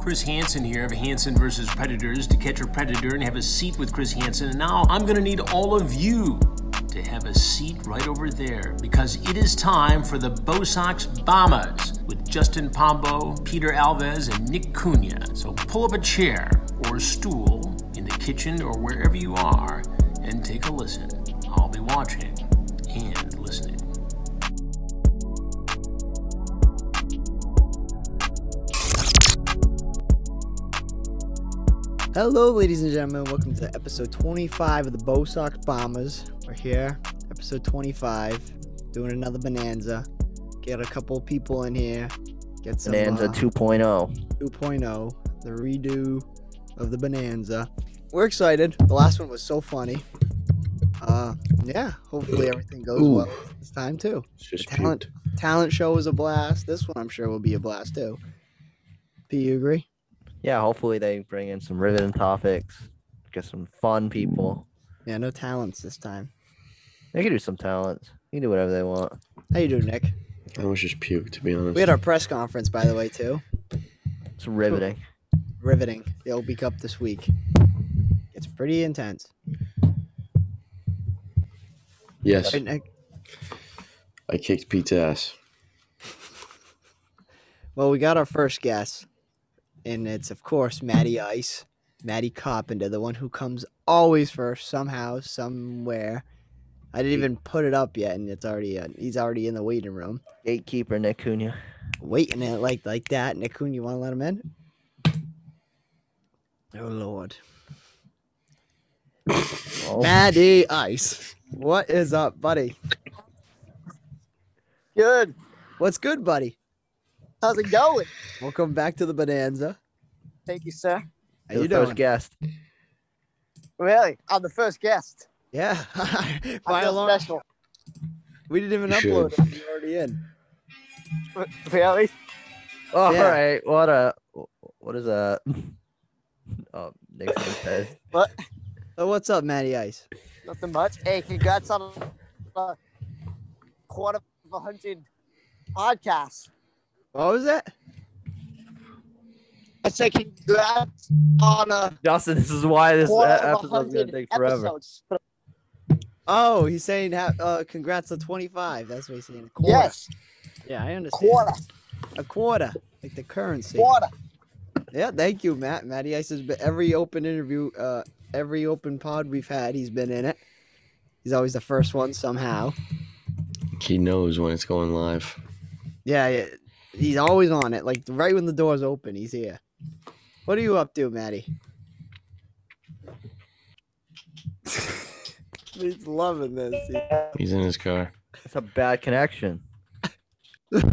Chris Hansen here of Hansen versus Predators to catch a predator and have a seat with Chris Hansen. And now I'm going to need all of you to have a seat right over there because it is time for the Bosox Bombers with Justin Pombo, Peter Alves, and Nick Cunha. So pull up a chair or a stool in the kitchen or wherever you are and take a listen. I'll be watching and listening. Hello, ladies and gentlemen. Welcome to episode 25 of the Bo Sox Bombers. We're here, episode 25, doing another bonanza. Get a couple people in here. Get some Bonanza uh, 2.0. 2.0, the redo of the bonanza. We're excited. The last one was so funny. Uh, yeah. Hopefully everything goes Ooh. well this time too. It's just Talent- puked. Talent show was a blast. This one I'm sure will be a blast too. Pete, you agree? Yeah, hopefully they bring in some riveting topics, get some fun people. Yeah, no talents this time. They can do some talents. You can do whatever they want. How you doing, Nick? I was just puked, to be honest. We had our press conference, by the way, too. It's riveting. riveting the OB Cup this week. It's pretty intense. yes, Right, Nick? I kicked Pete's ass. Well, we got our first guest, and it's of course Matty Ice, Matty Coppender, the one who comes always first somehow, somewhere. I didn't even put it up yet, and it's already uh, he's already in the waiting room, Gatekeeper Nick Cunha. waiting it like like that. Nikun, you want to let him in? Oh Lord, Oh, Matty Ice, what is up, buddy? Good. What's good, buddy? How's it going? Welcome back to the Bonanza. Thank you, sir. How you're you the doing? first guest. Really? I'm the first guest. Yeah. I By feel alarm. special. We didn't even You upload should. it. You're already in. Really? All Yeah. right, what a what is that? Oh, Nick's gonna say. So what's up, Matty Ice? Nothing much. Hey, congrats on a quarter of a hundred podcasts. What was that? I say congrats on a Justin, this is why this e- quarter of a episode's gonna hundred take forever. episodes. Oh, he's saying ha- uh, congrats to 25. That's what he's saying. A quarter. Yes, Yeah, I understand. quarter, A quarter, like the currency. quarter. Yeah, thank you, Matt. Matty Ice has been every open interview, uh, every open pod we've had, he's been in it. He's always the first one somehow. He knows when it's going live. Yeah, yeah, he's always on it. Like right when the doors open, he's here. What are you up to, Matty? he's loving this. He- He's in his car. It's a bad connection. Can't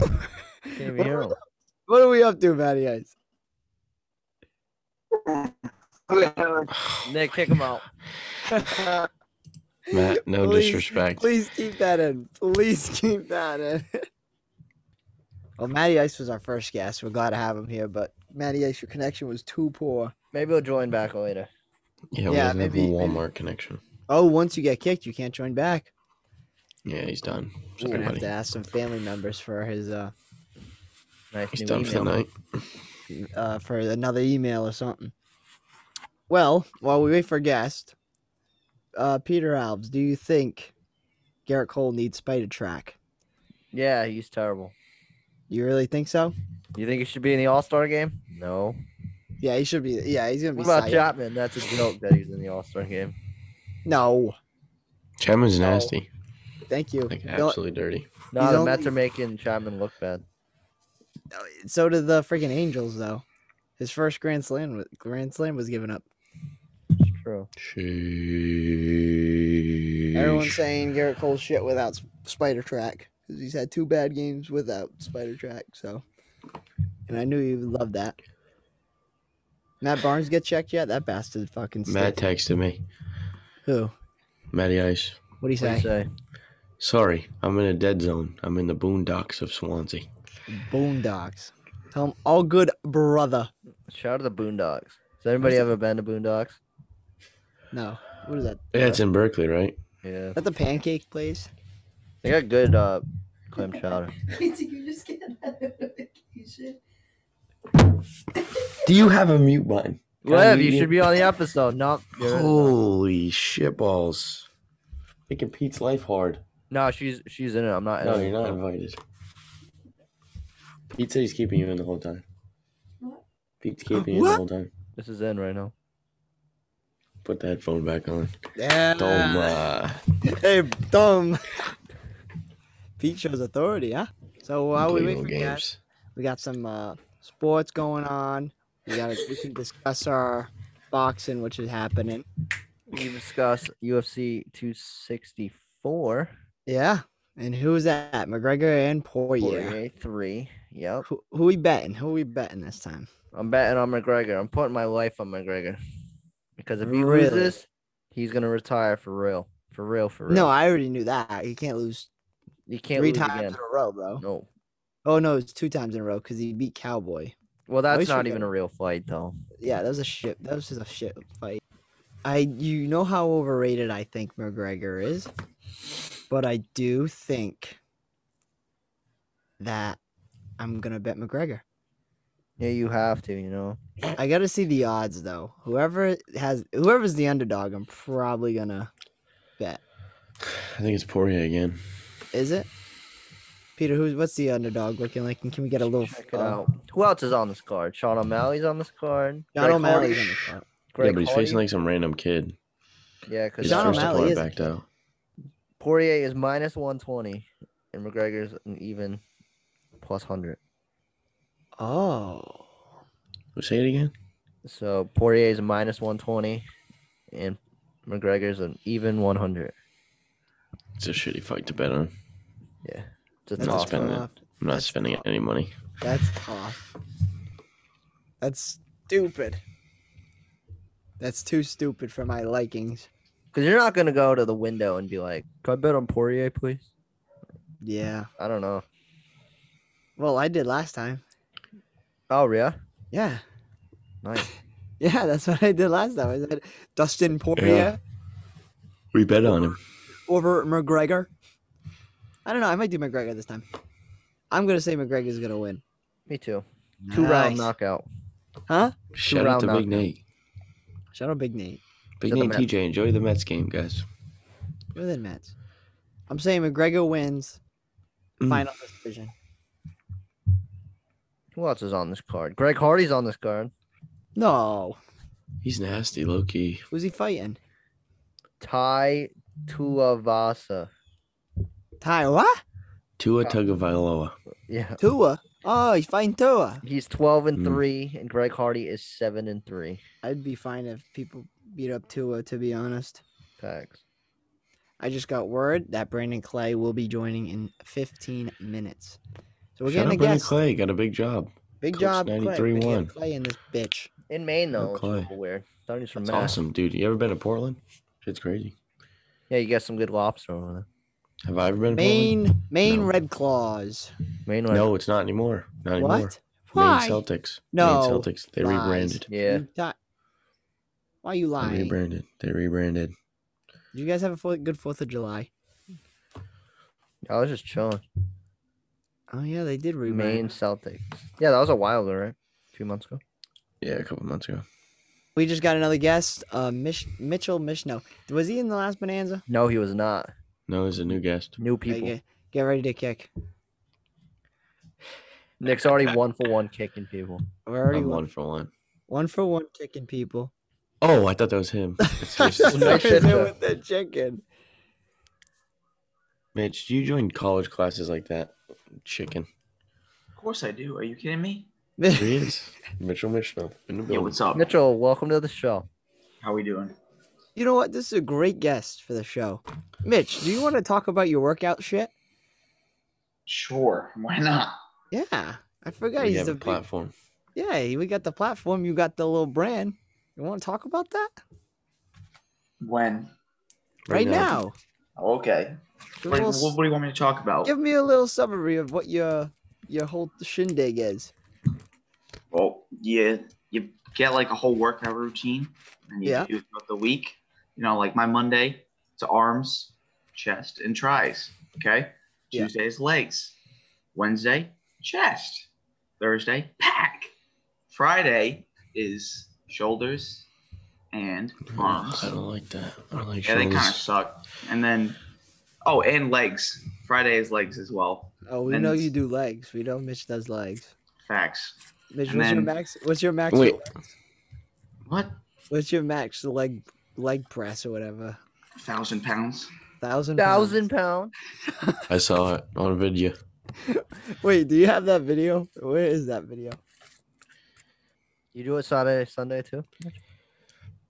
even What hear was him. What are we up to, Matty Ice? Nick, kick him out. Matt, no Please, disrespect. Please keep that in. Please keep that in. well, Matty Ice was our first guest. We're glad to have him here, but Matty Ice, your connection was too poor. Maybe he'll join back later. Yeah, Yeah, yeah we have a maybe- Walmart connection. Oh, once you get kicked, you can't join back. Yeah, he's done. We're Sorry, gonna have buddy. to ask some family members for his uh, Nice He's new done for the email. night. uh, for another email or something. Well, while we wait for a guest, uh, Peter Alves, do you think Garrett Cole needs Spider Track? Yeah, he's terrible. You really think so? You think he should be in the All Star game? No. Yeah, he should be. Yeah, he's gonna be. What about Cy- Chapman? That's a joke that he's in the All Star game. No, Oh. Chapman's nasty. thank you. Like, No, absolutely dirty. No, He's the only- Mets are making Chapman look bad. so did the freaking Angels though. His first Grand Slam, wa- Grand Slam was given up. It's true. Everyone's Sheesh. saying Garrett Cole's shit without S- Spider Track because he's had two bad games without Spider Track. So, and I knew you would love that. Matt Barnes get checked yet? That bastard fucking. Matt stiff. texted me. Who? Matty Ice. What do you What do you say? say? Sorry, I'm in a dead zone. I'm in the boondocks of Swansea. Boondocks. Tell him all good, brother. Shout out to the Boondocks. Has anybody ever been to Boondocks? No, what is that? Yeah, it's in Berkeley, right? Yeah. Is that the pancake place? They got good uh, clam chowder. Did you just get a notification? Do you have a mute button? Can I Rev, mute you should be on the episode. No, you're Holy shitballs. Making Pete's life hard. no, she's she's in it. I'm not. in No, it. you're not invited. Pete said he's keeping you in the whole time. Pete's keeping you in the What? whole time. This is in right now. Put the headphone back on. Yeah. Dome, Ah. uh, Hey, dumb. Pete shows authority, huh? So while we wait Lego for that, games. we got some uh, sports going on. We got to we can discuss our boxing, which is happening. You discussed UFC 264. Yeah. And who's that? McGregor and Poirier. Poirier three. Yep. Who, who we betting? Who we betting this time? I'm betting on McGregor. I'm putting my life on McGregor because if he Really? loses, he's gonna retire for real, for real, for real. No, I already knew that. You can't lose you can't three lose times again. in a row, bro. No. Oh no, it's two times in a row because he beat Cowboy. Well, At that's least you're not even getting- a real fight though. Yeah, that was a shit. That was just a shit fight. I you know how overrated I think McGregor is, but I do think that I'm gonna bet McGregor. Yeah, you have to. You know. I gotta see the odds though. Whoever has whoever's the underdog, I'm probably gonna bet. I think it's Poirier again. Is it? Peter, who's what's the underdog looking like? And can we get a little Check it out. Who else is on this card? Sean O'Malley's on this card. John Greg O'Malley's Hardy- on the card. yeah, Greg but he's Hardy? facing like some random kid. Yeah, because His John first O'Malley opponent is a backed kid. out. Poirier is minus 120 and McGregor's an even plus 100. Oh. Say it again. So Poirier is minus 120 and McGregor's an even 100. It's a shitty fight to bet on. Yeah. It's a That's Not toss. spending it. tough. I'm not That's spending tough. any money. That's off. That's stupid. That's too stupid for my likings. Because you're not going to go to the window and be like, can I bet on Poirier, please? Yeah. I don't know. Well, I did last time. Oh, yeah? Yeah. Nice. Yeah, that's what I did last time. I said Dustin Poirier We bet on him. over McGregor. I don't know. I might do McGregor this time. I'm going to say McGregor's going to win. Me too. Two round Nice. knockout. Huh? Shout out round to Big knockout. Nate. Shout out Big Nate. Big To the Nate Mets. TJ. Enjoy the Mets game, guys. More than Mets. I'm saying McGregor wins Mm. final decision. Who else is on this card? Greg Hardy's on this card. No. He's nasty, low key. Who's he fighting? Ty Tuavasa. Ty, what? Oh. Tua Tagovailoa. Yeah. Tua. Oh, he's fighting Tua. He's 12 and Mm. 3 and Greg Hardy is 7 and 3. I'd be fine if people beat up Tua, to be honest. Facts. I just got word that Brandon Clay will be joining in 15 minutes. So we're Shout out getting a Brandon guest. Clay. Got a big job. Big Coach job, Clay. We're getting 93-1. Clay in this bitch. In Maine though, it's a Okay. little weird. Tony's from It's Maine. awesome, dude. You ever been to Portland? Shit's crazy. Yeah, you got some good lobster over there. Have I ever been to Maine, Maine No. Red Claws. Maine Portland? No, it's not anymore. Not anymore. What? Why? Maine Celtics. No. Maine Celtics. They Lies. rebranded. Yeah. You got- Why are you They lying? Did rebranded. They rebranded. you guys have a fo- good 4th of July? I was just chilling. Oh, yeah, they did rebrand. Maine Celtic. Yeah, that was a while ago, right? A few months ago. Yeah, a couple months ago. We just got another guest, uh, Mish- Mitchell Mishno. Was he in the last Bonanza? No, he was not. No, there's a new guest. New Okay, people. Get, get ready to kick. Nick's already one for one kicking people. We're already I'm one. one for one. one for one kicking people. Oh, I thought that was him. It's just- Nice shit, though. with the chicken. Mitch, do you join college classes like that? Chicken. Of course I do. Are you kidding me? There he is. Mitchell Mitchell. In the Yo, building. what's up? Mitchell, welcome to the show. How we doing? You know what? This is a great guest for the show. Mitch, do you want to talk about your workout shit? Sure. Why not? Yeah, I forgot We he's have the a big- platform. Yeah, we got the platform. You got the little brand. You want to talk about that When? right, now? Okay. Give, What, a what, little- what do you want me to talk about? give me a little summary of what your your whole shindig is. Well, you you get like a whole workout routine, and you Yeah. do it throughout the week. You know, like my Monday, it's arms, chest, and tries. Okay. Yeah. Tuesday is legs. Wednesday, chest. Thursday, pack. Friday, is shoulders and I arms. don't like that. I don't like Yeah, they kind of shoulders. suck. And then, oh, and legs. Friday is legs as well. Oh, we And- know you do legs. We know Mitch does legs. Facts. Mitch, And what's your then- max? What's your max? Wait. What? What's your max leg leg press or whatever? Thousand pounds. Thousand. pounds? Thousand pound. I saw it on a video. Wait, do you have that video? Where is that video? You do it Saturday, Sunday too.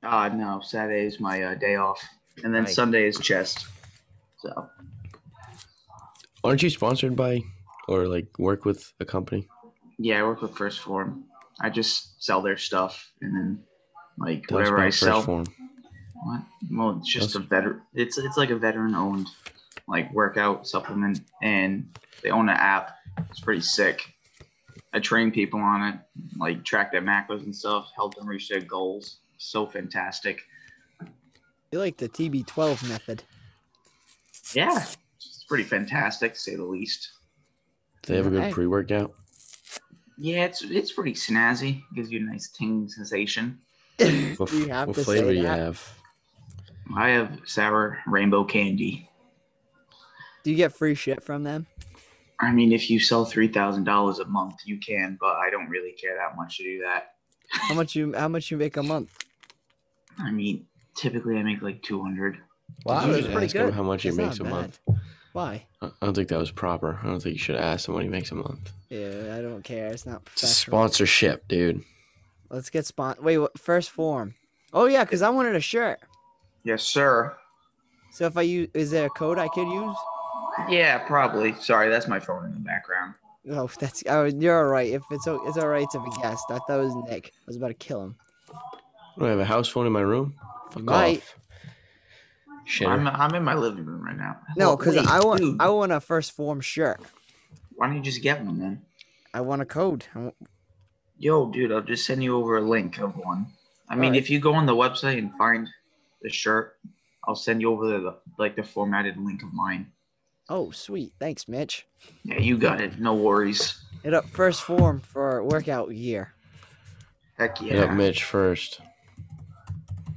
Ah, no. Saturday is my uh, day off, and then Nice. Sunday is chest. So Aren't you sponsored by or like work with a company? yeah, I work with First Form. I just sell their stuff, and then like That's whatever my I first sell. form. What? Well, it's just That's- a veteran. It's it's like a veteran-owned like workout supplement, and they own an app. It's pretty sick. I train people on it, like track their macros and stuff, help them reach their goals. So fantastic. You like the TB12 method. Yeah, it's pretty fantastic, to say the least. They have a good Right. pre workout. Yeah, it's it's pretty snazzy. Gives you a nice tingling sensation. What, You f- have what to say flavor you that. have? I have sour rainbow candy. Do you get free shit from them? I mean, if you sell three thousand dollars a month, you can, but I don't really care that much to do that. How much you how much you make a month? I mean, typically I make like 200. Wow, Did you that's just pretty ask him good. how much That's he makes a not month? bad. Why? I I don't think that was proper. I don't think you should ask him what he makes a month. Yeah, I don't care. It's not It's a professional. sponsorship, dude. Let's get spon. Wait, what, first form. Oh yeah, because I wanted a shirt. Yes, sir. So if I use, is there a code I could use? Yeah, probably. Sorry, that's my phone in the background. Oh, that's oh, you're all right. If it's o- it's all right to be guessed. I thought it was Nick. I was about to kill him. Do I have a house phone in my room? Fuck Might. off. Shit. I'm, I'm in my living room right now. No, Well, because wait, I want dude, I want a first form shirt. why don't you just get one then? I want a code. I want- Yo, dude, I'll just send you over a link of one. I mean, Alright. if you go on the website and find the shirt, I'll send you over the like the formatted link of mine. Oh, sweet. Thanks, Mitch. Yeah, you got it. No worries. Hit up first form for workout year. Heck Hit up yeah. Mitch first.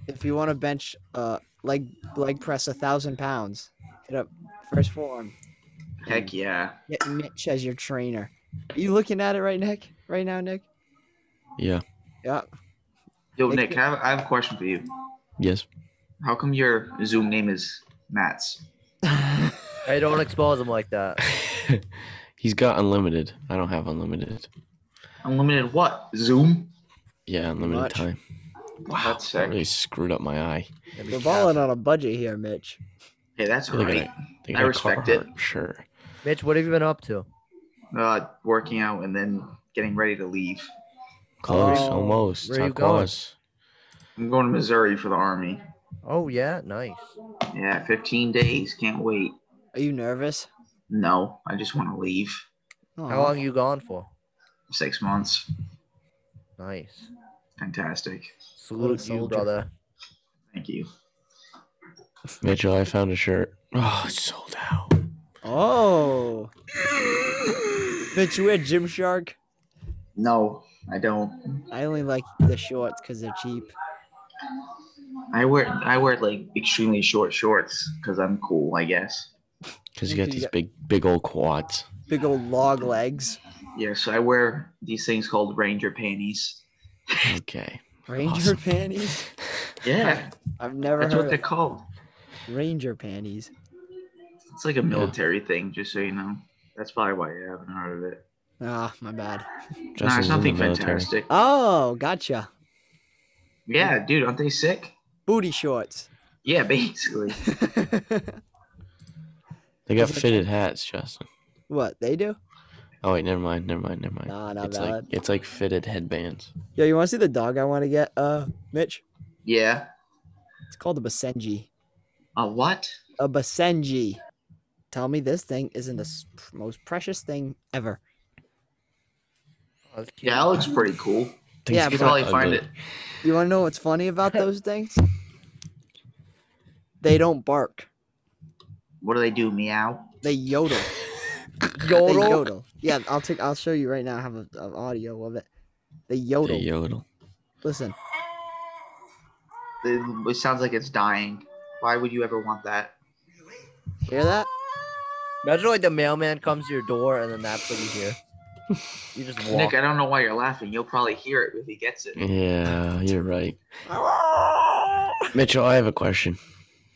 If you want to bench uh leg leg press a thousand pounds, hit up first form. Heck yeah. Get Mitch as your trainer. Are you looking at it right, Nick? Right now, Nick? Yeah. Yeah. Yo, Thank Nick, you. I have, I have a question for you. Yes. How come your Zoom name is Matt's? I don't expose him like that. He's got unlimited. I don't have unlimited. Unlimited what? Zoom? Yeah, unlimited much. time. Wow. That's that sick. really screwed up my eye. That'd be We're balling tough. on a budget here, Mitch. Hey, that's all Look at right. it. They I got respect it. Carhartt Sure. Mitch, what have you been up to? Uh, working out and then getting ready to leave. Close. Oh, almost. uh, where Not are you going? close. I'm going to Missouri for the Army. Oh yeah, nice. Yeah, 15 days. Can't wait. Are you nervous? No, I just want to leave. How Aw. long you gone for? Six months. Nice. Fantastic. Salute you, soldier. brother. Thank you. Mitchell, I found a shirt. Oh, it's sold out. Oh. Mitch, you wear Gymshark? No, I don't. I only like the shorts because they're cheap. I wear I wear like extremely short shorts because I'm cool, I guess. Because you Think got you these got- big, big old quads. Big old log legs. Yeah, so I wear these things called Ranger panties. Okay. Ranger Awesome. panties? Yeah, I've never that's what heard they're of called. Ranger panties. It's like a military thing, just so you know. That's probably why you haven't heard of it. Ah, my bad. Justin's No, in it's the nothing military. fantastic. Oh, gotcha. Yeah, dude, aren't they sick? Booty shorts. Yeah, basically. They got Is it- fitted hats, Justin. what they do? Oh wait, never mind, never mind, never mind. Nah, not it's like valid. it's like fitted headbands. Yo, you want to see the dog I want to get? Uh, Mitch, Yeah. it's called a Basenji. A what? A Basenji. Tell me this thing isn't the s- most precious thing ever. Oh, that's cute. Yeah, that looks pretty cool. Things Yeah, You get can probably ugly. find it. You want to know what's funny about those things? They don't bark. What do they do? Meow? They yodel. They Yodel. yodel. Yeah, I'll take. I'll show you right now. I have a, a audio of it. They They yodel. yodel. Listen, It, it sounds like it's dying. Why would you ever want that? hear that? Imagine like the mailman comes to your door and then that's what you hear. You just walk. Nick, I don't know why you're laughing. You'll probably hear it if he gets Mm. it. Yeah, you're right. Mitchell, I have a question.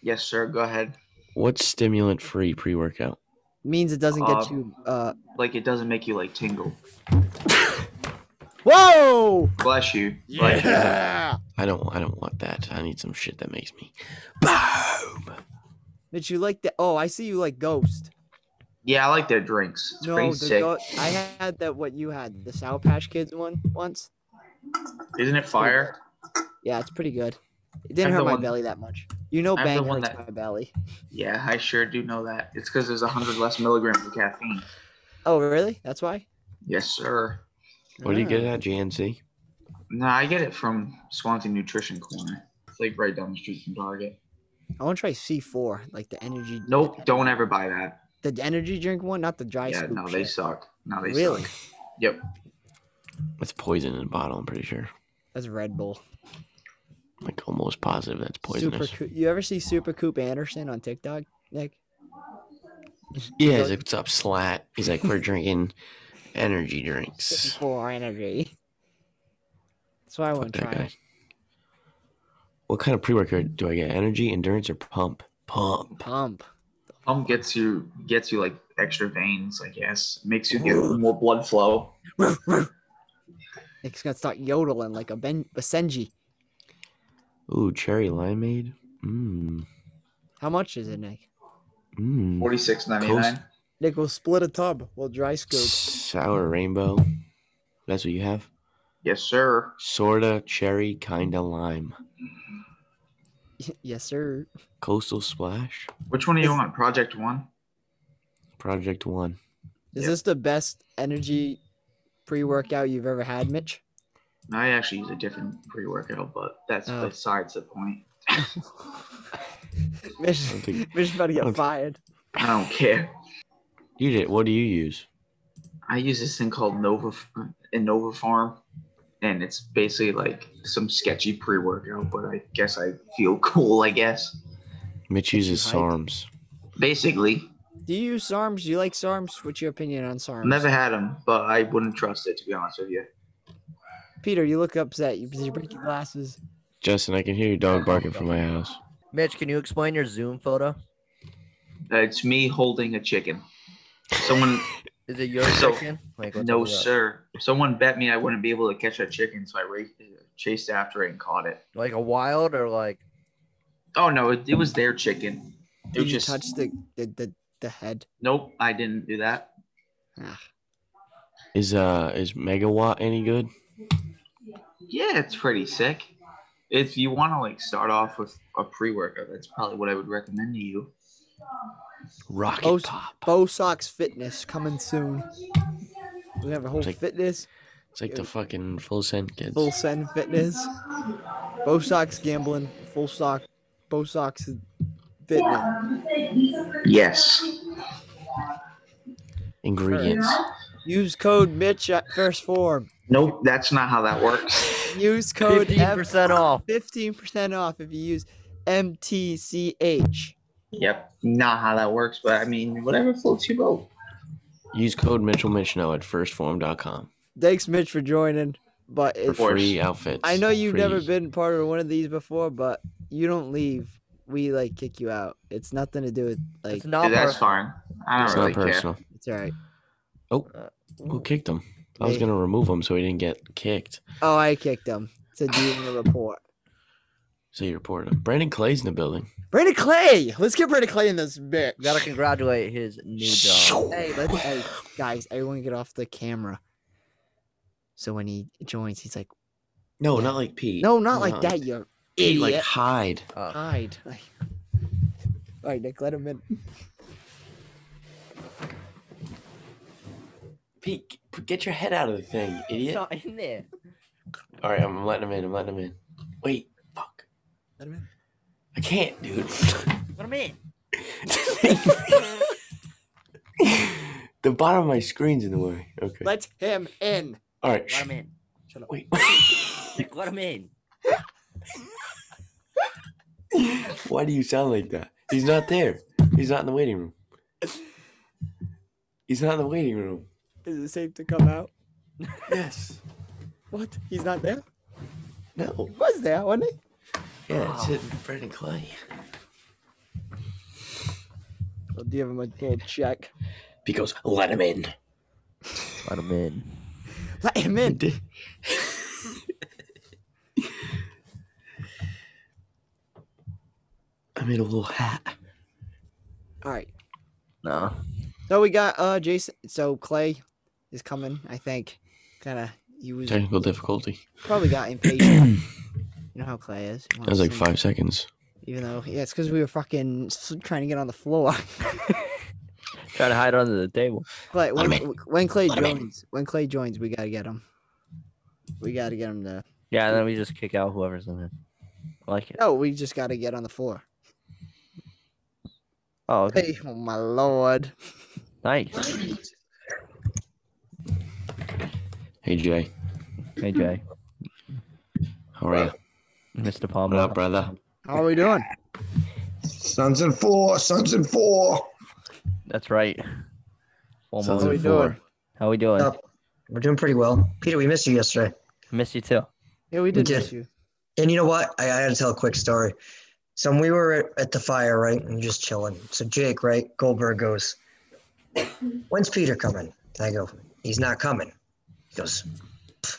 Yes, sir. Go ahead. What's stimulant free pre workout? Means it doesn't get Uh, you. Uh, Like it doesn't make you like tingle. whoa! Bless you. Like, I don't I don't want that. I need some shit that makes me boom. Did you like that? Oh, I see you like Ghost. yeah, I like their drinks. It's no, pretty the sick. go- I had that. What you had, the Sour Patch Kids one once. Isn't it fire? Yeah, it's pretty good. It didn't I'm hurt the my one- belly that much. You know, I'm the bang one hurts that- my belly. Yeah, I sure do know that. It's because there's 100 less milligrams of caffeine. Oh, really? That's why. Yes, sir. What do you Ah. get at GNC? No, I get it from Swansea Nutrition Corner. It's like right down the street from Target. I want to try C4, like the energy. Nope, don't ever buy that. The energy drink one, not the dry yeah, scoop. no, they shit. suck. No, they Really? suck. Yep. That's poison in a bottle, I'm pretty sure. That's Red Bull. Oh, Like almost positive that's Super poisonous. Coop. You ever see Super Coop Anderson on TikTok, Nick? yeah, he's like, what's up, slat? He's like, we're drinking energy drinks. For energy. That's why I want to That try. guy. it. What kind of pre workout do I get? Energy, endurance, or pump? Pump. Pump. Pump gets you gets you like extra veins, I guess. Makes you get more blood flow. Nick's gonna start yodeling like a Ben a Senji. Ooh, cherry limeade. Mmm. How much is it, Nick? Mmm. Forty six ninety nine. Nick will split a tub. We'll dry scoop. Sour rainbow. That's what you have? Yes, sir. Sorta cherry, kinda lime. yes, sir. Coastal splash. Which one do you want? Project one? Project one. Is Yeah. this the best energy pre-workout you've ever had, Mitch? I actually use a different pre workout, but that's Oh. besides the point. Mitch, don't think- Mitch about to I don't thi- get fired. I don't care. You did. What do you use? I use this thing called Nova uh, Innova Farm, and it's basically like some sketchy pre-workout, but I guess I feel cool. I guess Mitch uses hike? SARMs. basically, Do you use SARMs? Do you like SARMs? What's your opinion on SARMs? I've never had them, but I wouldn't trust it to be honest with you. Peter, you look upset. You, you break your glasses. Justin, I can hear your dog barking from my house. Mitch, can you explain your Zoom photo? Uh, It's me holding a chicken. Someone, Is it your So- chicken? Like, what's no up with that? sir, someone bet me I wouldn't be able to catch a chicken, so I ra- chased after it and caught it. Like a wild or like Oh no, it, it was their chicken. It Did was you just touch the, the, the, the head? nope. I didn't do that. Ah, Is uh is megawatt any good? Yeah, it's pretty sick. If you want to like start off with a pre-workout, that's probably what I would recommend to you. Rocket Oh, s- pop. Bo Sox Fitness coming soon. We have a whole It's like- fitness, It's like the fucking full send kids. full send fitness. Bo Sox gambling, full sock, Bo Sox fitness. Yes. Ingredients. Use code Mitch at first form. Nope, that's not how that works. Use code fifteen F percent off? 15% off if you use MTCH. yep, not how that works. But I mean, whatever floats your boat. Use code Mitchell Mitchell at firstform.com. Thanks, Mitch, for joining. But For it's, course. free outfits. I know you've free- never been part of one of these before, but you don't leave. We like kick you out. It's nothing to do with like. It's not Dude, that's personal. fine. I don't It's really not care. personal. It's all right. Who kicked him? I was Hey. gonna remove him so he didn't get kicked. Oh, I kicked him. To do in the report. So you reported him. Brandon Clay's in the building. Brandon Clay. Let's get Brandon Clay in this bitch. You gotta congratulate his new dog. Hey, let's, hey, guys, everyone get off the camera. So when he joins, he's like, No, Yeah. not like Pete. "No, not Uh-huh. like that, you Pete, like idiot." hide. Uh, hide. All right, Nick, let him in. Pete, p- get your head out of the thing, it's idiot. not in there. All right, I'm letting him in. I'm letting him in. Wait, fuck. Let him in. I can't, dude. What I mean? the bottom of my screen's in the way. Okay. Let him in. All right. What I shh. mean? Shut up. Wait. Like, let him in. Why do you sound like that? He's not there. He's not in the waiting room. He's not in the waiting room. Is it safe to come out? Yes. What? He's not there? No. He was there, wasn't he? Yeah, it's hitting Brendan Clay. I'll give him a little check. Because let him in. Let him in. Let him in. I made a little hat. All right. No. So we got uh Jason. So Clay is coming, I think. Kind of. He was Technical difficulty. probably got impatient. you know how Clay is. He That was like wants five seconds. to- Even though, yeah, it's because we were fucking s- trying to get on the floor. Try to hide under the table. Clay, Let when, him when Clay Let him in. joins, when Clay joins, we gotta get him. We gotta get him to. Yeah, and then we just kick out whoever's in there. I like it. No, oh, we just gotta get on the floor. Oh, okay. Hey, oh my lord. nice. Hey Jay, Hey, Jay. how are you? Mr. What up, Palmer. brother? How are we doing? Sons and four, sons and four. That's right. Full Sons moon. we of four. How we doing? Up. We're doing pretty well. Peter, we missed you yesterday. Miss you too. Yeah, we did did. miss you. And you know what? I, I had to tell a quick story. So when we were at, at the fire, right? And just chilling. So Jake, right? Goldberg goes, When's Peter coming? And I go, He's not coming. He goes,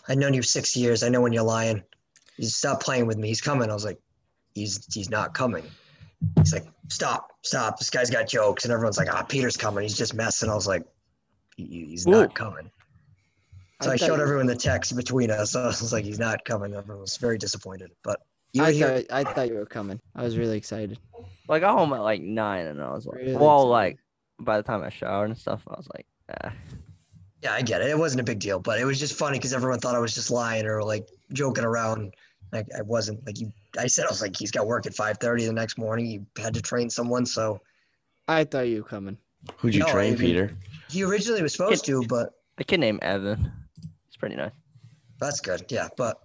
I've known you six years. I know when you're lying. You stop playing with me. He's coming. I was like, He's he's not coming. He's like, Stop, stop. This guy's got jokes. And everyone's like, Ah, Peter's coming. He's just messing. I was like, "He- He's Ooh. not coming. So I I, thought showed you- everyone the text between us. I was like, he's not coming. Everyone was very disappointed. But you were I here. thought, I thought you were coming. I was really excited. Like, I got home at like nine, and I was like, Really well, like, excited. by the time I showered and stuff, I was like, ah. Yeah, I get it. It wasn't a big deal, but it was just funny because everyone thought I was just lying or like joking around. Like I wasn't. Like you, I said I was like, he's got work at five thirty the next morning. He had to train someone, so I thought you were coming. Who'd you No, train, I mean- Peter? he originally was supposed to, but a kid named Evan. It's pretty nice. that's good. Yeah, but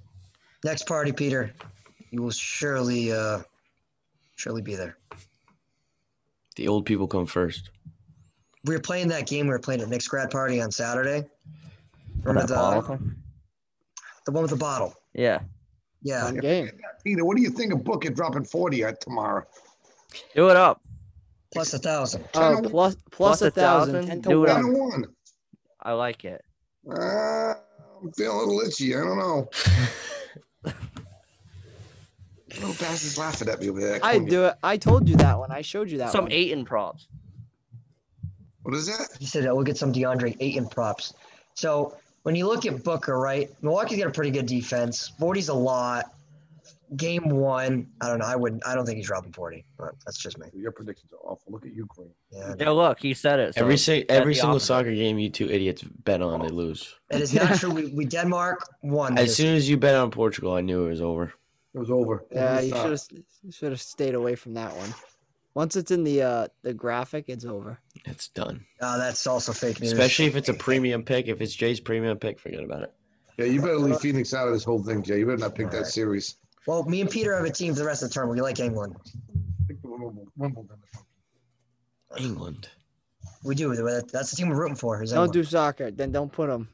next party, Peter, you will surely, uh surely be there. The old people come first. We were playing that game. We were playing at Nick's grad party on Saturday. Remember That ball the, thing. the one with the bottle? Yeah. Yeah. Fun game. Peter, what do you think of Booker dropping 40 at tomorrow? Do it up. plus a thousand. Oh, Ten to- plus plus Plus a a thousand. thousand? Ten to Do it ten one. to one. I like it. Uh, I'm feeling a little itchy. I don't know. Little bastards laughing at me over there. I do it. I told you that one. I showed you that Some one. eight in props. What is that? He said, "Oh, we'll get some DeAndre Ayton props." So when you look at Booker, right? Milwaukee's got a pretty good defense. 40's a lot. Game one, I don't know. I wouldn't. I don't think he's dropping forty, but that's just me. Your predictions are awful. Look at you, Green. Yeah, Yeah, look, he said it. so every si- every the single opposite. soccer game you two idiots bet on, they Oh. lose. it is not true. We, we Denmark won. As This. soon as you bet on Portugal, I knew it was over. It was over. Yeah, you should have should have stayed away from that one. Once it's in the uh the graphic, it's over. It's done. oh, that's also fake news. Especially if it's a premium pick. If it's Jay's premium pick, forget about it. Yeah, you better leave Phoenix out of this whole thing, Jay. You better not pick that Alright. series. well, me and Peter have a team for the rest of the term. We like England. Pick the Wimbledon. Wimbledon. England. We do. That's the team we're rooting for. Is Don't England. do soccer, then don't put them.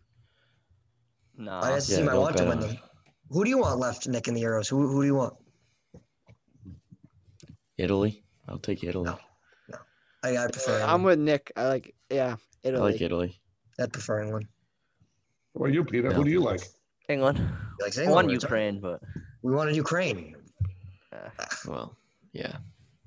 Nah. Oh, that's the Yeah, team I don't want to bet win. on The, who do you want left, Nick, in the Euros? Who, who do you want? Italy. I'll take Italy. No, I, I prefer. I'm England. with Nick. I like yeah, I Italy. like Italy. I'd prefer England. What about you, Peter? No. Who do you like? England. He likes I England. won we're talking- Ukraine, but We wanted Ukraine. Well, yeah.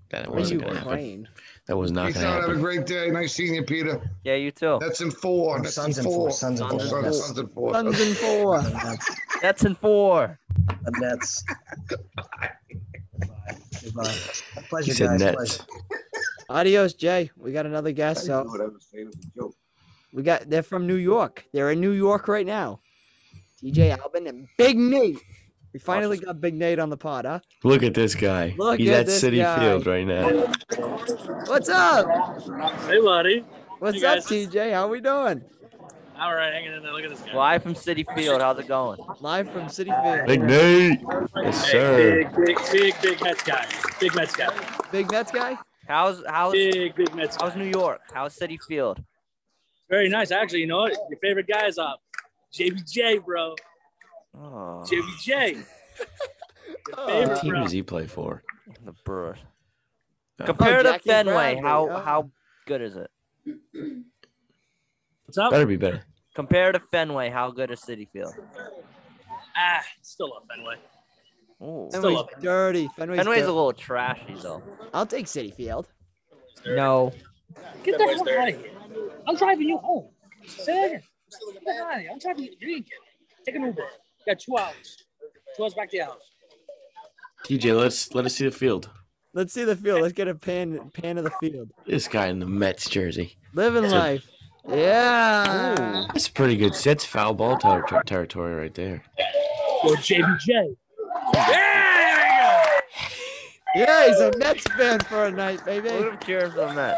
That What are wasn't you going to happen. Ukraine? That was not Peace going to out. Have a happen. great day. Nice seeing you, Peter. yeah, you too. That's in four. That's Sons in and four. four. Sons and four. Oh, Sons Yes. Sons and four. Sons and four. The Nets. That's in four. The Nets. Goodbye. A He Pleasure, said guys. Nets. Pleasure. Adios, Jay. We got another guest. I knew So it. I was saying it was a joke. we got they're from New York. They're in New York right now. DJ Albin and Big Nate. We finally got Big Nate on the pod, huh? Look at this guy. Look He's at at this City guy. Field right now. What's up? Hey, buddy. What's You up, guys- TJ? How we doing? All right, hanging in there. Look at this guy. Live from City Field. How's it going? Live from City Field. Big Nate. Yes, Big, sir. Big, big, big, big Mets guy. Big Mets guy. Big Mets guy. How's how's big big Mets? How's New York? How's City Field? Very nice. Actually, you know what? Your favorite guy is uh, up. JBJ, bro. Oh, JBJ. Your What Oh, favorite, team bro. does he play for? the Brewers. Oh. Compared to Jackie Fenway, Bradley, how oh. how good is it? What's up? Better be better. Compared to Fenway, how good is City Field? Ah, still up Fenway. Ooh. Still Fenway's up. dirty. Fenway's, Fenway's a dirty. little trashy though. I'll take City Field. No. Get the hell out of here. I'm driving you home. Say that again. Get the hell out of here. I'm driving you. You ain't getting it. Take an Uber. You got two hours. Two hours back to your house. TJ, let's let us see the field. Let's see the field. Let's get a pan pan of the field. This guy in the Mets jersey. Living That's a- life. Yeah. That's pretty good. That's foul ball ter- ter- territory right there. Go JBJ. Yeah, he's a Mets fan for a night, baby. What cheers on that?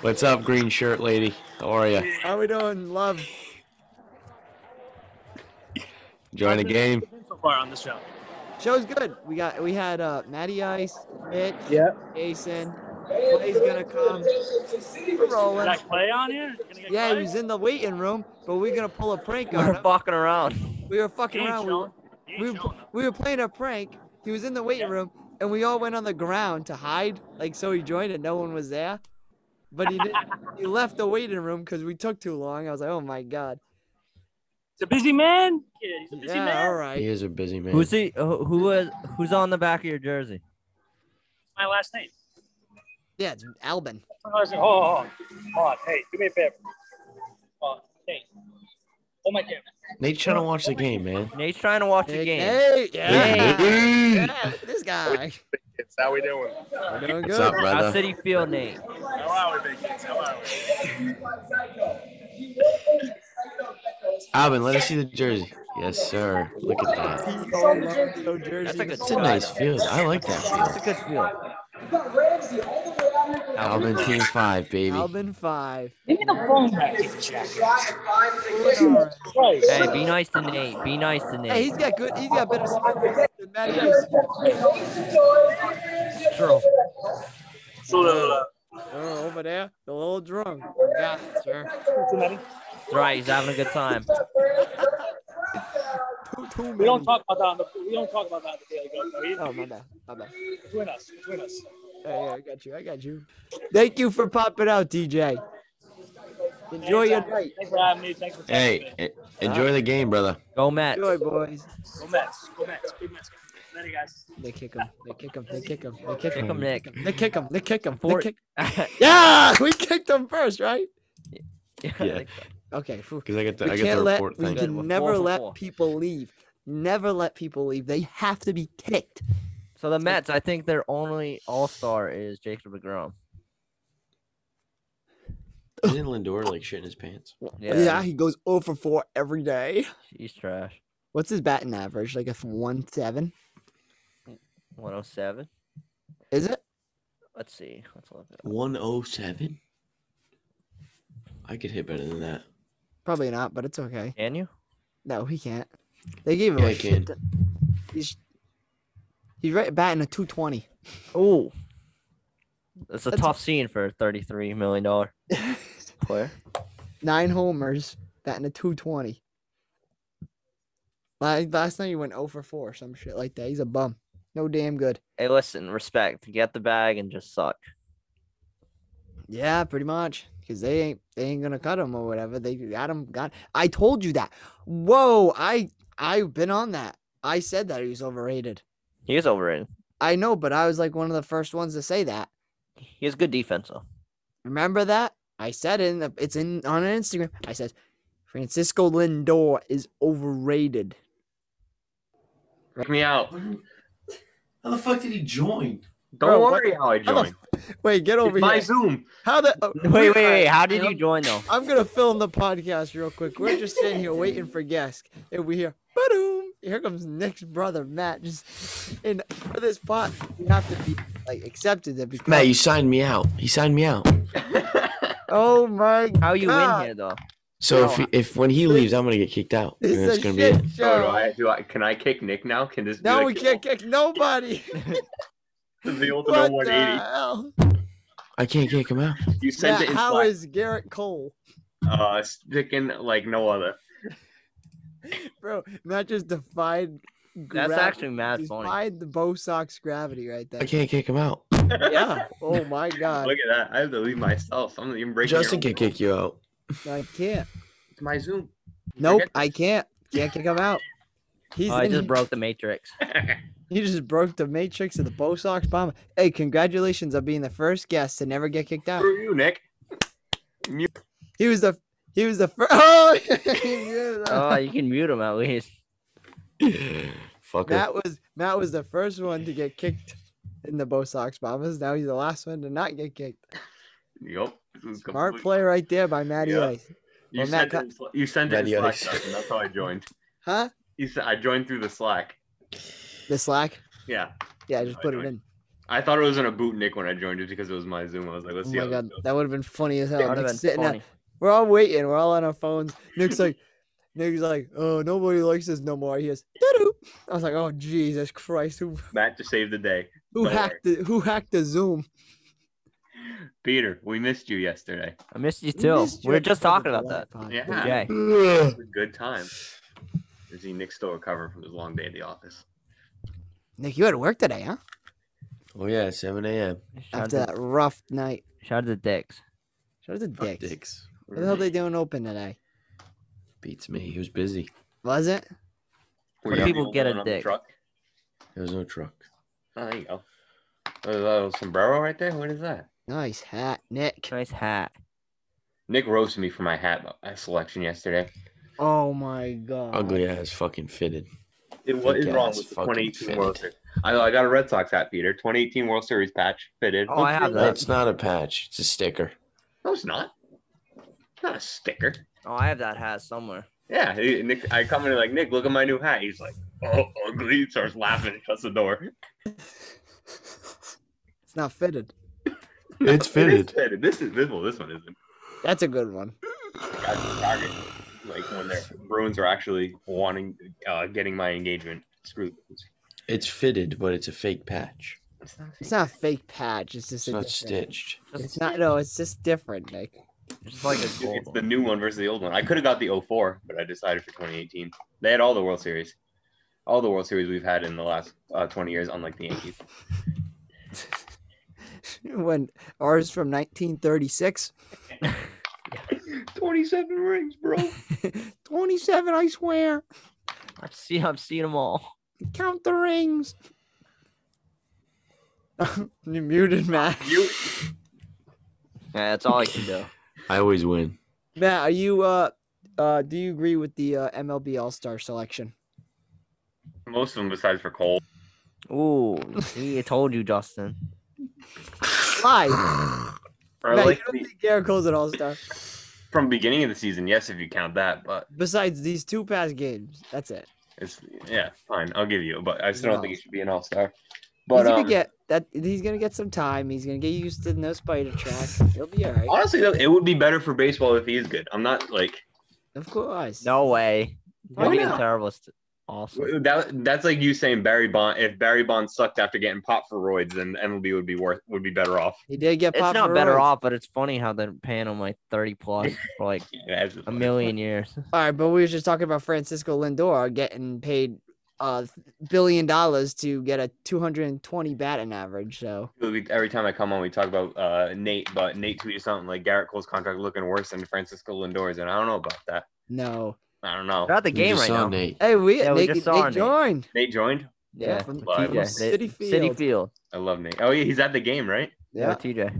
What's up, green shirt lady? How are you? How we doing, love? Enjoying the game? So far on the show. Show's good. We got we had uh Matty Ice, Mitch, Yeah. Jason. Clay's gonna come. We're Did rolling. I play on here? Gonna get Yeah, he Clay? was in the waiting room, but we're gonna pull a prank on We're him. fucking around. We were He fucking ain't around. We were, showing. He ain't we, were, showing. we were playing a prank. He was in the waiting room, and we all went on the ground to hide. Like so, he joined, and no one was there. But he did, he left the waiting room because we took too long. I was like, oh my god. He's a busy man. Kid, he's a busy Yeah, man. all He right. is a busy man. Who's he? Who who is who's on the back of your jersey? My last name. Yeah, it's Albin. Hold on, hold on. Hold on. Hey, do me a favor. Hold on. Hey. Oh my damn. Nate's trying to watch the game, man. Nate's trying to watch the Big game. Nate, yeah. Hey, Nate. Yeah, look at this guy. Kids, how we doing? We're doing What's good. up, How's brother? City Field, Nate? How are we, big kids? How are we? Alvin, let us see the jersey. Yes, sir. Look at that. Lonzo jersey. That's like a It's a nice field. I like that That's field. a good field. Alvin Team 5, baby. Albin five. Give me the phone back, you jackass. Christ. Hey, be nice to Nate. Be nice to Nate. Hey, he's got good. He's got better skills than Matty Ice. true. So, Oh, over there, the little drunk. Got it, sir. uh, That's right. He's having a good time. Too, too many. we don't talk about that. On the, we don't talk about that on the daily go. though. He- Oh, my bad. My bad. Between us, between us. Hey, I got you. I got you. Thank you for popping out, DJ. Enjoy your night. Thanks for having me. Thanks for talking Hey, to me. e- enjoy the game, brother. Go Mets. Enjoy, boys. Go Mets. Go Mets. Big Mets. Later, guys. They kick him. They kick him. They kick him. They kick Kick him. 'em, Nick. They kick him. They kick him. They Four- kick. Yeah, we kicked him first, right? Yeah. Okay. phew. Because I get the, We I get can't the let. report We thing. Good can one. never Four for let four. people leave. Never let people leave. They have to be kicked. So the Mets, I think their only All Star is Jacob Degrom. Isn't Lindor like shit in his pants? Yeah, he goes 0 for 4 every day. he's trash. What's his batting average? Like a 1 7? One oh seven. Is it? Let's see. Let's look it up. 107? I could hit better than that. Probably not, but it's okay. Can you? No, he can't. They gave him Yeah, a he can. shit. ton- He's, he's right batting a 220. Oh, that's a That's a- tough scene for a thirty-three million dollar player. Nine homers, batting a 220. Last, last night he went 0 for 4 or some shit like that. He's a bum. No damn good. Hey, listen, respect. Get the bag and just suck. Yeah, pretty much. Because they ain't they ain't gonna cut him or whatever. They got him. Got. I told you that. Whoa, I I've been on that. I said that he was overrated. He is overrated. I know, but I was like one of the first ones to say that. He has good defense though. Remember that? I said it in the, it's in on Instagram. I said Francisco Lindor is overrated. Check me out. How the fuck did he join? Don't Bro, what- worry how I How the joined. f- wait, get over It's my here. Zoom. How the? oh, Wait, wait, wait. How did Yep. you join though? I'm gonna film the podcast real quick. We're just sitting here waiting for guests, and we hear boom. Here comes Nick's brother Matt. Just and for this pot, you have to be like accepted to become. Matt, you signed me out. He signed me out. oh my! How you God. Ah, in here though? So if he- if when he leaves, I'm gonna get kicked out. It's and that's a gonna shit be it. show. Oh, do I, do I, can I kick Nick now? Can this be No, the- we can't kick nobody. the what ultimate the 180? hell? I can't kick him out. You sent Matt, it in how Slack. is Garrett Cole? uh, sticking like no other. Bro, Matt just defied. That's actually mad he's funny. Defied the Bo Sox gravity right there. I can't kick him out. Yeah. Oh my god. Look at that. I have to leave myself. I'm not even breaking. Justin can kick you out. I can't. It's my Zoom. Nope. I can't. Can't kick him out. He's Oh, I in- just broke the matrix. He just broke the matrix of the Bo Sox bomb. Hey, congratulations on being the first guest to never get kicked out. Screw you, Nick. He was the he was the first. Oh, oh, you can mute him at least. Fucker. Matt was Matt was the first one to get kicked in the Bo Sox bombers. Now he's the last one to not get kicked. Yup. This is Smart complete- play right there by Matty Yeah. Ice. You Well, Matt sent it. in Sla- You sent it in Matty Slack. Ice. Justin. That's how I joined. Huh? You said I joined through the Slack. The slack. Yeah. Yeah, just I put it joined. in. I thought it was in a boot Nick when I joined it because it was my Zoom. I was like, let's Oh see. my how god, that would have been funny as hell. would've Nick's been sitting there- funny. We're all waiting. We're all on our phones. Nick's like, Nick's like, oh, nobody likes this no more. He goes, doo I was like, oh Jesus Christ, who Matt just saved the day. who Don't hacked the who hacked the Zoom? Peter, we missed you yesterday. I missed you We too. missed you we were at the just talking fucking about that. Blackhawk. Yeah. Okay. It was a good time. Is he Nick still recovering from his long day at the office? Nick, you had to work today, huh? Oh yeah, 7 a.m. Shout out After to, that rough night. shout out to dicks. Show the Fuck dicks. dicks. What the hell they doing open today? Beats me. He was busy. Was it? Were What do you the people only get a one on the dick? Truck? There was no truck. Oh, there you go. Oh, is that a sombrero right there? What is that? Nice hat, Nick. Nice hat. Nick roasted me for my hat uh, selection yesterday. Oh my god. Ugly ass fucking fitted. Dude, what is Fake wrong ass with the fucking 2018 fitted. World Series? I know I got a Red Sox hat, Peter. 2018 World Series patch fitted. Oh, I have that. That's not a patch. It's a sticker. No, it's not. It's not a sticker. Oh, I have that hat somewhere. Yeah, he- Nick. I come in like Nick, look at my new hat. He's like, oh, ugly. He starts laughing and shuts the door. It's not fitted. It's It is fitted. fitted. This is this well, this one isn't. That's a good one. I just target, Like when the Bruins are actually wanting, uh, getting my engagement. Screw. the It's fitted, but it's a fake patch. It's not It's not fake patch. It's just It's a not different- stitched. It's not no. It's just different, Nick. Just like a It's gold. the new one versus the old one. I could have got the 04, but I decided for 2018. They had all the World Series. All the World Series we've had in the last uh, 20 years, unlike the Yankees. when ours from 1936, 27 rings, bro. 27. I swear. I've seen I've seen them all. Count the rings. you muted Matt. You Yeah, that's all I can do. I always win. Matt, are you uh uh do you agree with the uh, MLB All Star selection? most of them besides for Cole. Ooh, see, I told you, Justin. Why? Or Matt, you like don't the- think Garrett Cole's an All Star from beginning of the season, yes, if you count that, but besides these two past games. That's it. it's yeah, fine. I'll give you, but I still don't No. think he should be an all star. But he's gonna um, get that. He's gonna get some time. He's gonna get used to no spider track. He'll be all right. honestly, though, it would be better for baseball if he is good. I'm not like Of course. No way. Why You're being not? terrible. St- awesome. That that's like you saying Barry Bond. If Barry Bond sucked after getting popped for roids, then MLB would be worth would be better off. He did get It's popped. not for better roids. off, but it's funny how they're paying him like 30 plus for like Yeah, that's just a like- million years. All right, but we were just talking about Francisco Lindor getting paid a billion dollars to get a 220 batting average. So We- Every time I come on, we talk about uh, Nate, but Nate tweeted something like Garrett Cole's contract looking worse than Francisco Lindor's, and I don't know about that. no. I don't know. They're at the We game just right saw now. Nate. Hey, we Yeah, we Nick, just saw Nick it. joined. Nate joined. Yeah, Yeah, from, Live. from Yeah, City Field. City Field. I love Nate. Oh yeah, he's at the game, right? Yeah, Yeah, TJ.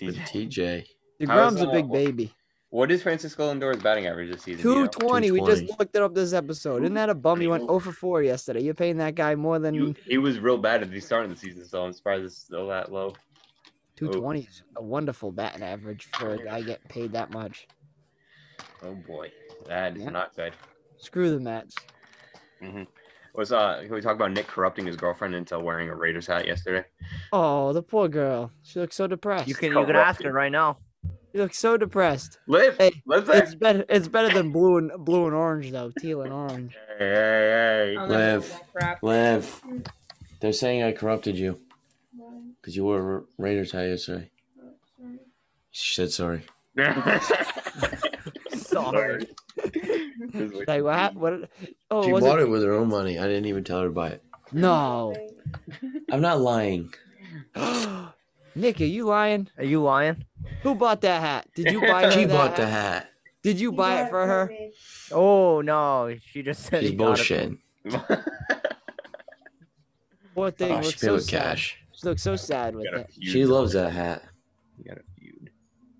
With TJ. TJ. Degrom's a uh, big baby. What is Francisco Lindor's batting average this season? do you know? 220. We just 220. looked it up this episode. Isn't that a bum? You went 0 for 4 yesterday. You're paying that guy more than You- he was real bad at the start of the season, so I'm surprised it's still that low. Oh. 220 is a wonderful batting average for a guy getting paid that much. Oh boy, that is Yeah. not good. Mm-hmm. Screw the Mets. Was uh, can we talk about Nick corrupting his girlfriend into wearing a Raiders hat yesterday? Oh, the poor girl. She looks so depressed. You can you can ask her right now. You look so depressed. Live. Hey, live it's better. It's better than blue and blue and orange though. Teal and orange. Hey, hey, hey. Liv, Liv. They're saying I corrupted you because you wore a Raider tie yesterday. She said sorry. Oh, Sorry. like what? hap- What? Oh, she was bought it? it? with her own money. I didn't even tell her to buy it. No. I'm not lying. Nick, are you lying? Are you lying? Who bought that hat? Did you buy? her She that bought the hat? hat. Did you buy it for her? Oh no, she just said She's he got it. bullshit. Poor thing. Oh, she looks paid so with sad. cash. She looks so sad with it. She loves that hat.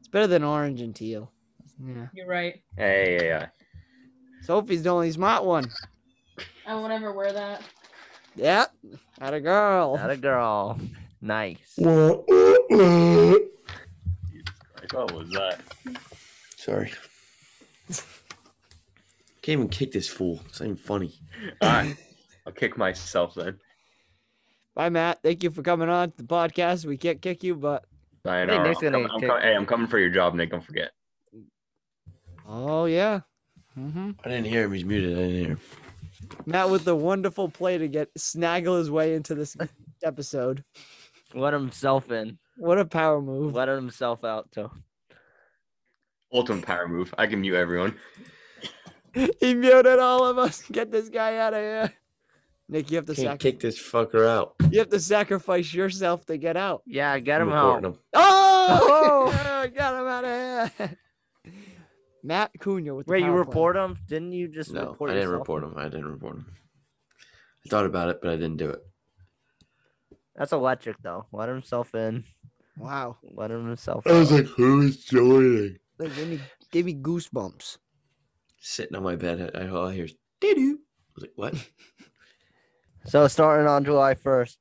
It's better than orange and teal. Yeah. You're right. Hey, yeah, yeah. Sophie's the only smart one. I won't ever wear that. Yep. At a girl. Not a girl. Nice. What was that? Sorry. Can't even kick this fool. It's not even funny. All right. I'll kick myself then. Bye, Matt. Thank you for coming on to the podcast. We can't kick you, but I think know. Nick's I'm gonna coming- I'm kick- coming- hey, I'm coming for your job, Nick. Don't forget. oh yeah. hmm I didn't hear him. He's muted. I didn't hear him. Matt with the wonderful play to get snaggle his way into this episode. Let himself in. What a power move. Let himself out too. Ultimate power move. I can mute everyone. He muted all of us. Get this guy out of here. Nick, you have to Can't sac- kick this fucker out. you have to sacrifice yourself to get out. Yeah, get him I'm out. reporting him. Oh, I got him out of here. Matt Cunha with the Wait, you power play. report him? Didn't you just No, report I didn't yourself? report him. I didn't report him. I thought about it, but I didn't do it. That's electric though. Let himself in. Wow. Let him himself I was out. like, who is joining? They gave me, gave me goosebumps. Sitting on my bed, I, all I hear is doo I was like, what? So starting on July first,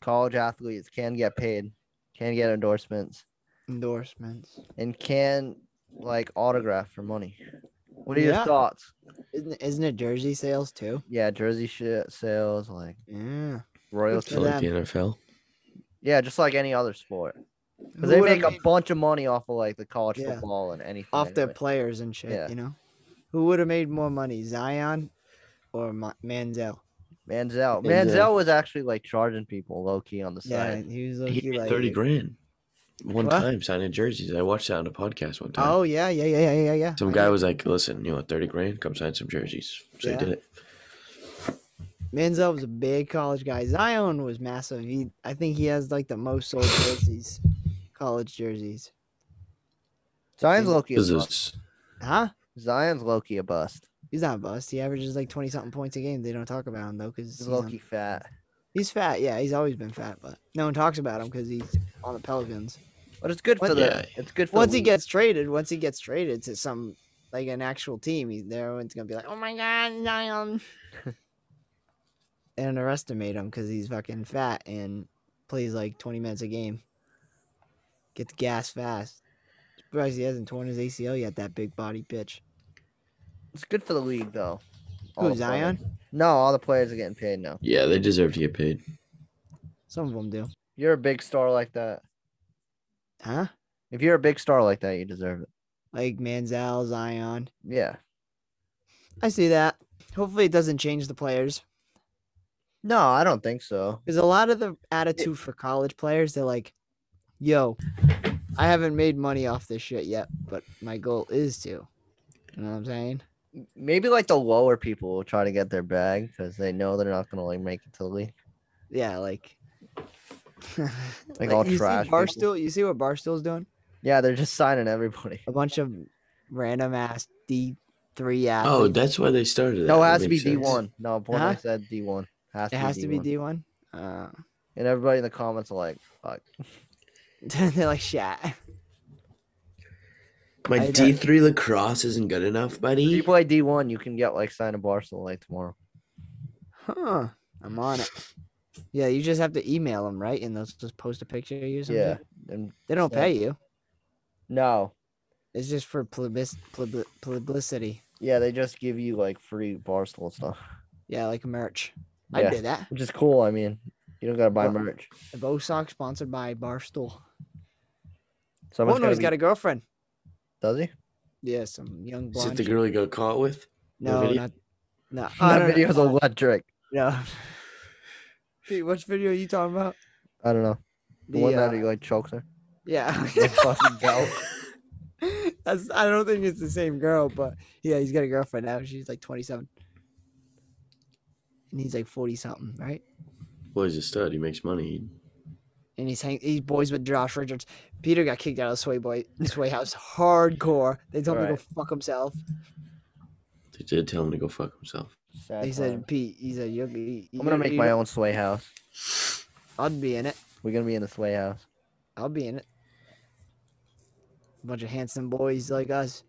college athletes can get paid, can get endorsements, Endorsements. and can like autograph for money. What are Yeah. your thoughts? Isn't, isn't it jersey sales too? Yeah, jersey shit sales, like Yeah. royalty. So like the NFL. Yeah, just like any other sport. Who Because they would've make a bunch of money off of like the college Yeah. football and anything. Off their anyway. players and shit, Yeah. you know? Who would have made more money, Zion or Ma- Manziel? Manziel. They did. Manziel was actually like charging people low key on the Yeah, side. he was He looking made like 30 grand one What? time signing jerseys. I watched that on a podcast one time. Oh yeah, yeah, yeah, yeah, yeah, yeah. Some I guy know. was like, listen, you want 30 grand? Come sign some jerseys. So Yeah. he did it. Manziel was a big college guy. Zion was massive. He, I think he has like the most sold jerseys, college jerseys. Zion's low key a This bust. is Huh? Zion's low key a bust. He's not a bust. He averages like twenty something points a game. They don't talk about him though, because He's he's, low on- key fat. he's fat. Yeah, he's always been fat, but no one talks about him because he's on the Pelicans. But it's good for What- the Yeah. it's good for Once the he league. gets traded, once he gets traded to some like an actual team, he's there. Everyone's gonna be like, oh my god, Zion. and underestimate him because he's fucking fat and plays like twenty minutes a game. Gets gas fast. Surprised he hasn't torn his ACL yet. That big body bitch. it's good for the league though. All Who the players. Zion? No, all the players are getting paid now. Yeah, they deserve to get paid. Some of them do. You're a big star like that. Huh? If you're a big star like that, you deserve it. Like Manziel, Zion. Yeah. I see that. Hopefully, it doesn't change the players. No, I don't think so. Because a lot of the attitude for college players, they're like, yo, I haven't made money off this shit yet, but my goal is to. You know what I'm saying? Maybe like the lower people will try to get their bag because they know they're not gonna like make it to the league. Yeah, like. like, all you trash See people. Barstool, you see what Barstool's doing? Yeah, they're just signing everybody. A bunch of random ass D3 athletes. Oh, that's why they started that. No, it That has to be makes D sense. one. No, point I Huh? said D one. Has it to has be to D1. be D1. Uh, and everybody in the comments are like, "Fuck." they're like, shat. My I- D3 lacrosse isn't good enough, If you buddy. play D one, you can get like signed to Barcelona like tomorrow. Huh. I'm on it. Yeah, you just have to email them, right? And they'll just post a picture of you. or something? Yeah, and They don't Yeah. pay you. no, It's just for plebis- pleb- publicity. yeah, they just give you like free Barcelona stuff, Yeah, like merch. Yeah. I did that. which is cool. I mean, you don't gotta buy Well- merch. Bo sock sponsored by Barstool. Someone's oh no, he's got gotta a girlfriend. Does he? Yeah, some young Is it blonde. the girl he got caught with? The no, video? not no. no, That no, video's no. electric. No. Pete, which video are you talking about? I don't know. The, one The, that he like chokes her. Yeah. The fucking goat. That's, I don't think it's the same girl, but yeah, he's got a girlfriend now. She's like 27. And he's like 40 something, right? Well, he's a stud. He makes money. And he's hang- he's boys with Josh Richards. Peter got kicked out of Sway Boy Sway House hardcore. They told him to go fuck himself. They did tell him to go fuck himself. he said, Pete, he said, you're, I'm gonna make my own sway house. I'd be in it. We're gonna be in the sway house. I'll be in it. bunch of handsome boys like us.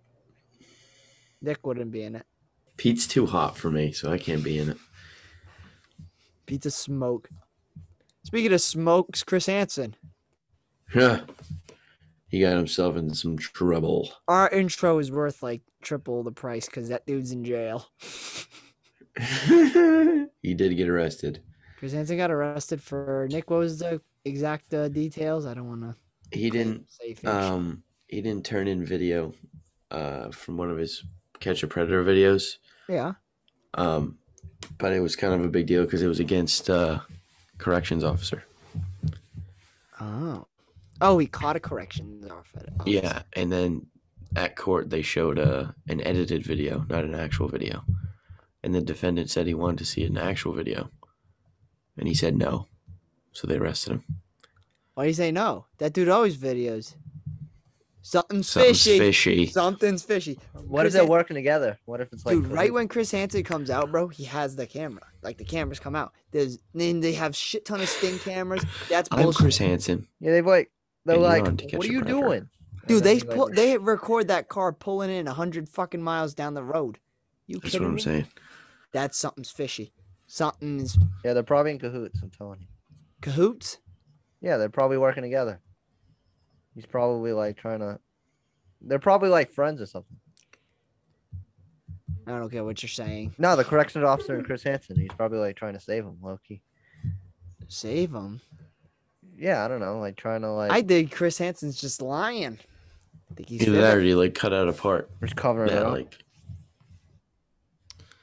Nick wouldn't be in it. Pete's too hot for me, so I can't be in it. Pizza smoke. Speaking of smokes, Chris Hansen. Huh. he got himself in some trouble. Our intro is worth like triple the price because that dude's in jail. He did get arrested. Chris Hansen got arrested for Nick. What was the exact uh, details? I don't want to. He didn't. Safe Um, he didn't turn in video, uh, from one of his catch a predator videos. Yeah. Um, but it was kind of a big deal because it was against uh, corrections officer. Oh. Oh, he caught a corrections officer. Yeah, and then at court they showed uh, an edited video, not an actual video. And the defendant said he wanted to see an actual video, and he said no, so they arrested him. Why do you say no? That dude always videos. Something's, Something's fishy. fishy. Something's fishy. What if Chris they're working together? What if it's like Dude, right when Chris Hansen comes out, bro, he has the camera. Like the cameras come out. There's then they have shit ton of sting cameras. That's I'm bullshit. Chris Hansen. Yeah, they like they're And you're like, on to catch what are a you predator." doing? Dude, then they he's like, pull, they record that car pulling in hundred fucking miles down the road. You That's kidding what I'm me? saying. That's something's fishy. Something's Yeah, they're probably in cahoots. I'm telling you. cahoots. Yeah, they're probably working together. He's probably like trying to. They're probably like friends or something. I don't care what you're saying. No, the corrections officer and Chris Hansen. He's probably like trying to save him, low key. Save him. Yeah, I don't know, like trying to like I think Chris Hansen's just lying. I think he's Either that or you like cut out a part. Just covering it that, up. like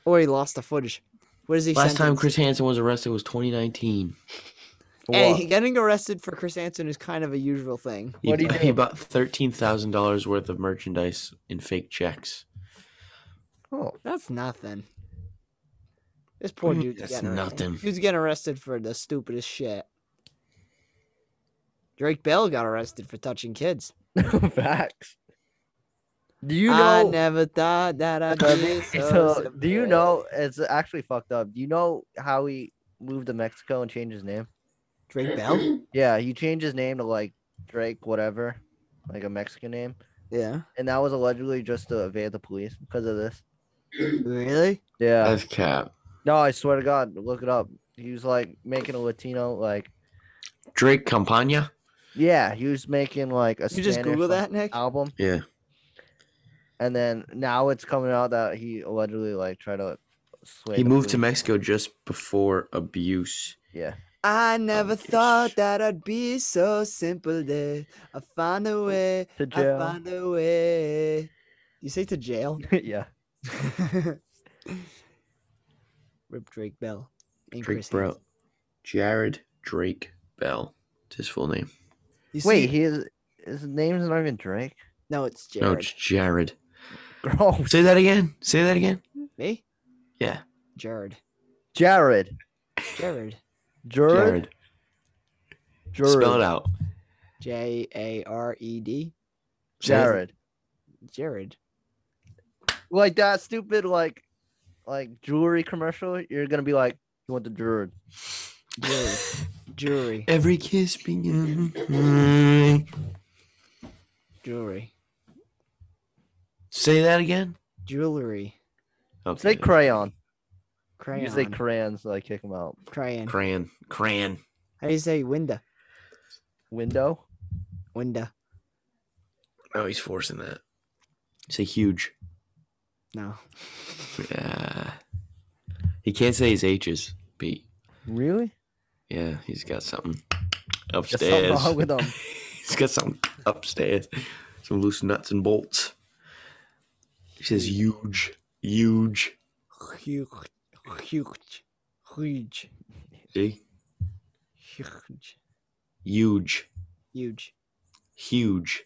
or he lost the footage. What is he? last time sentenced? Chris Hansen was arrested was 2019. Hey, getting arrested for Chris Hansen is kind of a usual thing. He, bu- he bought thirteen thousand dollars worth of merchandise in fake checks. Oh, that's nothing. This poor Mm, dude's that's getting arrested. nothing. Dude's getting arrested for the stupidest shit. Drake Bell got arrested for touching kids. Oh, facts. Do you I know? never thought that I'd be Okay, so. so, do you know? It's actually fucked up. Do you know how he moved to Mexico and changed his name? Drake Bell? Yeah, he changed his name to like Drake, whatever, like a Mexican name. Yeah. And that was allegedly just to evade the police because of this. Really? Yeah. That's cap. No, I swear to God, look it up. He was like making a Latino, like Drake Campagna. yeah, he was making like a. You just Spanish, Oh, Google like, that, Nick? album, Yeah. and then now it's coming out that he allegedly like tried to sway. He the moved to police. Mexico just before abuse. Yeah. I never thought that I'd be so simple. That I find a way. To I jail. find a way. You say to jail? yeah. Rip Drake Bell. and Drake Chris Bro. Jared Drake Bell. It's his full name. You Wait, see- he is, his name's not even Drake. No, it's No, Jared. it's Jared. Gross. Say that again. Say that again. Me? Yeah. Jared. Jared. Jared. Jared. Jared. Spell it out. J A R E D. Say it. Jared. Jared. Like that stupid like like jewelry commercial. You're gonna be like, you want the Jared. Jared. Jury. Every kiss begins. Mm. Jewelry. Say that again. Jewelry. Say Okay. crayon. Crayon. You say crayons, like kick them out. Crayon. Crayon. Crayon. How do you say window? Window. Window. Oh, he's forcing that. Say huge. No. Yeah. He can't say his H's, Pete. Really? Yeah, he's got something There's something upstairs. wrong with them. He's got some upstairs, some loose nuts and bolts. He says, huge, huge. Huge, huge, huge, See? huge, Huge, huge.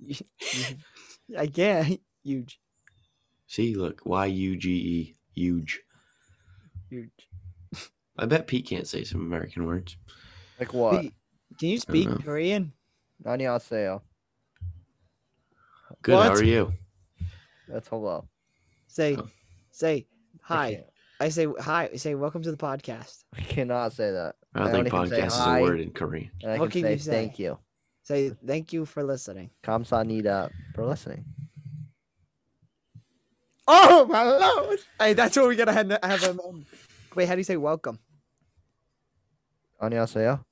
huge. I can't. Huge, See, look, Y U G E, huge. huge. I bet Pete can't say some American words. Like what? Pete, Can you I don't speak know. Korean? Annyeonghaseyo. Good, how What? are you? That's hello. Say, say hi. can't. Oh. I say hi. I say welcome to the podcast. I cannot say that. I don't think podcast is a word in Korean. And I What can, can say, you say? thank you. Say thank you for listening. Kamsanida for listening. Oh my lord! Hey, that's what we gotta have. have um, um, wait, how do you say welcome? Annyeonghaseyo.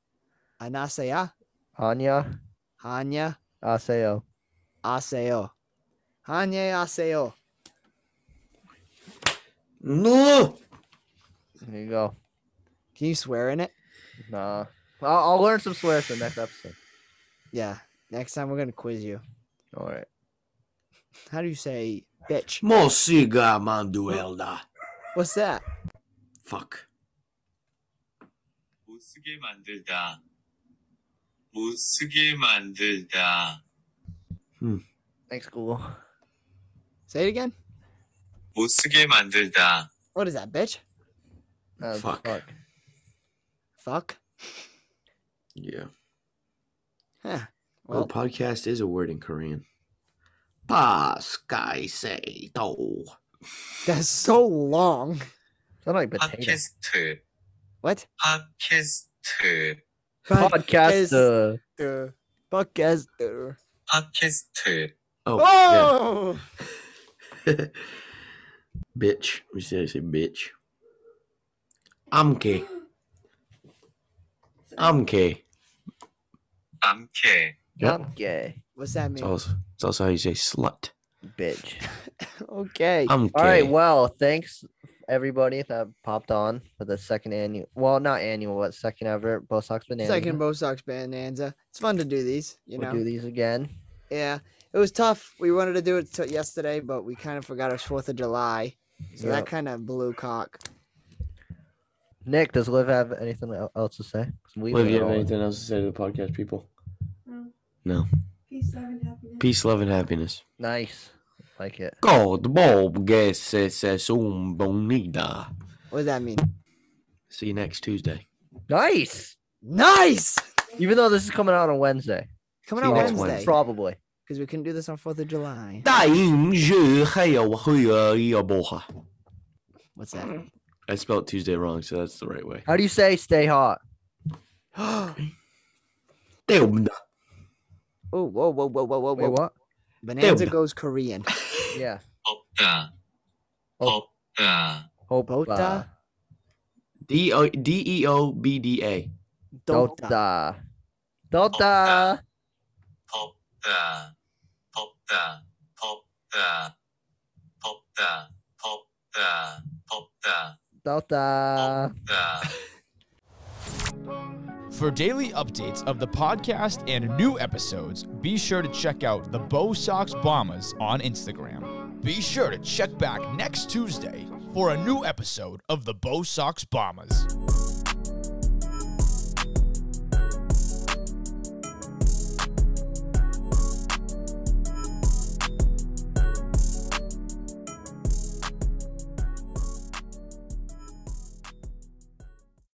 Anasaya, uh, Anya Hanya, Aseo. Aseo, Hanya Aseo. No! There you go. Can you swear in it? Nah. I'll, I'll learn some swears for the next episode. Yeah. Next time we're gonna quiz you. All right. How do you say bitch? Mosiga manduelda. What's that? Fuck. 못 쓰게 만들다. 못 쓰게 만들다. Thanks, Google. Say it again. 못 쓰게 만들다. What is that, bitch? Uh, Fuck. fuck. Fuck. Yeah. Huh. Well, Oh, Well, podcast is a word in Korean. Pa sky say do. that's so long. Sound like potato. 팟캐스트. What? 팟캐스트. Podcaster. Podcaster. Podcaster. 팟캐스트. Oh, Oh! yeah. bitch. We see how you say bitch. Amke. Amke. 암캐. Yep. I'm gay. What's that It's mean? also, it's also how you say slut. Bitch. Okay. Amke. All right. Well, thanks everybody that popped on for the second annual. Well, not annual, but second ever Bo Sox Banana. Second Bo Sox Bonanza. It's fun to do these, you we'll know. do these again. Yeah, it was tough. We wanted to do it till yesterday, but we kind of forgot it was Fourth of July, so Yep. that kind of blew cock. Nick, does Liv have anything el- else to say? 'Cause we've Liv, been you have all- anything else to say to the podcast people? No. No. Peace, love, and happiness. Peace, love, and happiness. Nice. Like it. God, Bob, guess it's a soon bonita. What does that mean? See you next Tuesday. Nice. Nice. Even though this is coming out on Wednesday. Coming See out you next Wednesday Wednesday. Probably. because we couldn't do this on Fourth of July. 大英是还有会有一波哈。 What's that? I spelled Tuesday wrong, so that's the right way. How do you say stay hot? Oh, whoa, whoa, whoa, whoa, whoa, Wait, whoa! what? Bonanza Dude. goes Korean. Yeah. 없다. 없다. Hopa. Bota D O D E O B D A. Dota. Delta. Delta. 덥다. 덥다. 덥다. 덥다. 덥다. 덥다. Delta. 덥다. For daily updates of the podcast and new episodes, be sure to check out the Bo Sox Bombers on Instagram. Be sure to check back next Tuesday for a new episode of the Bo Sox Bombers.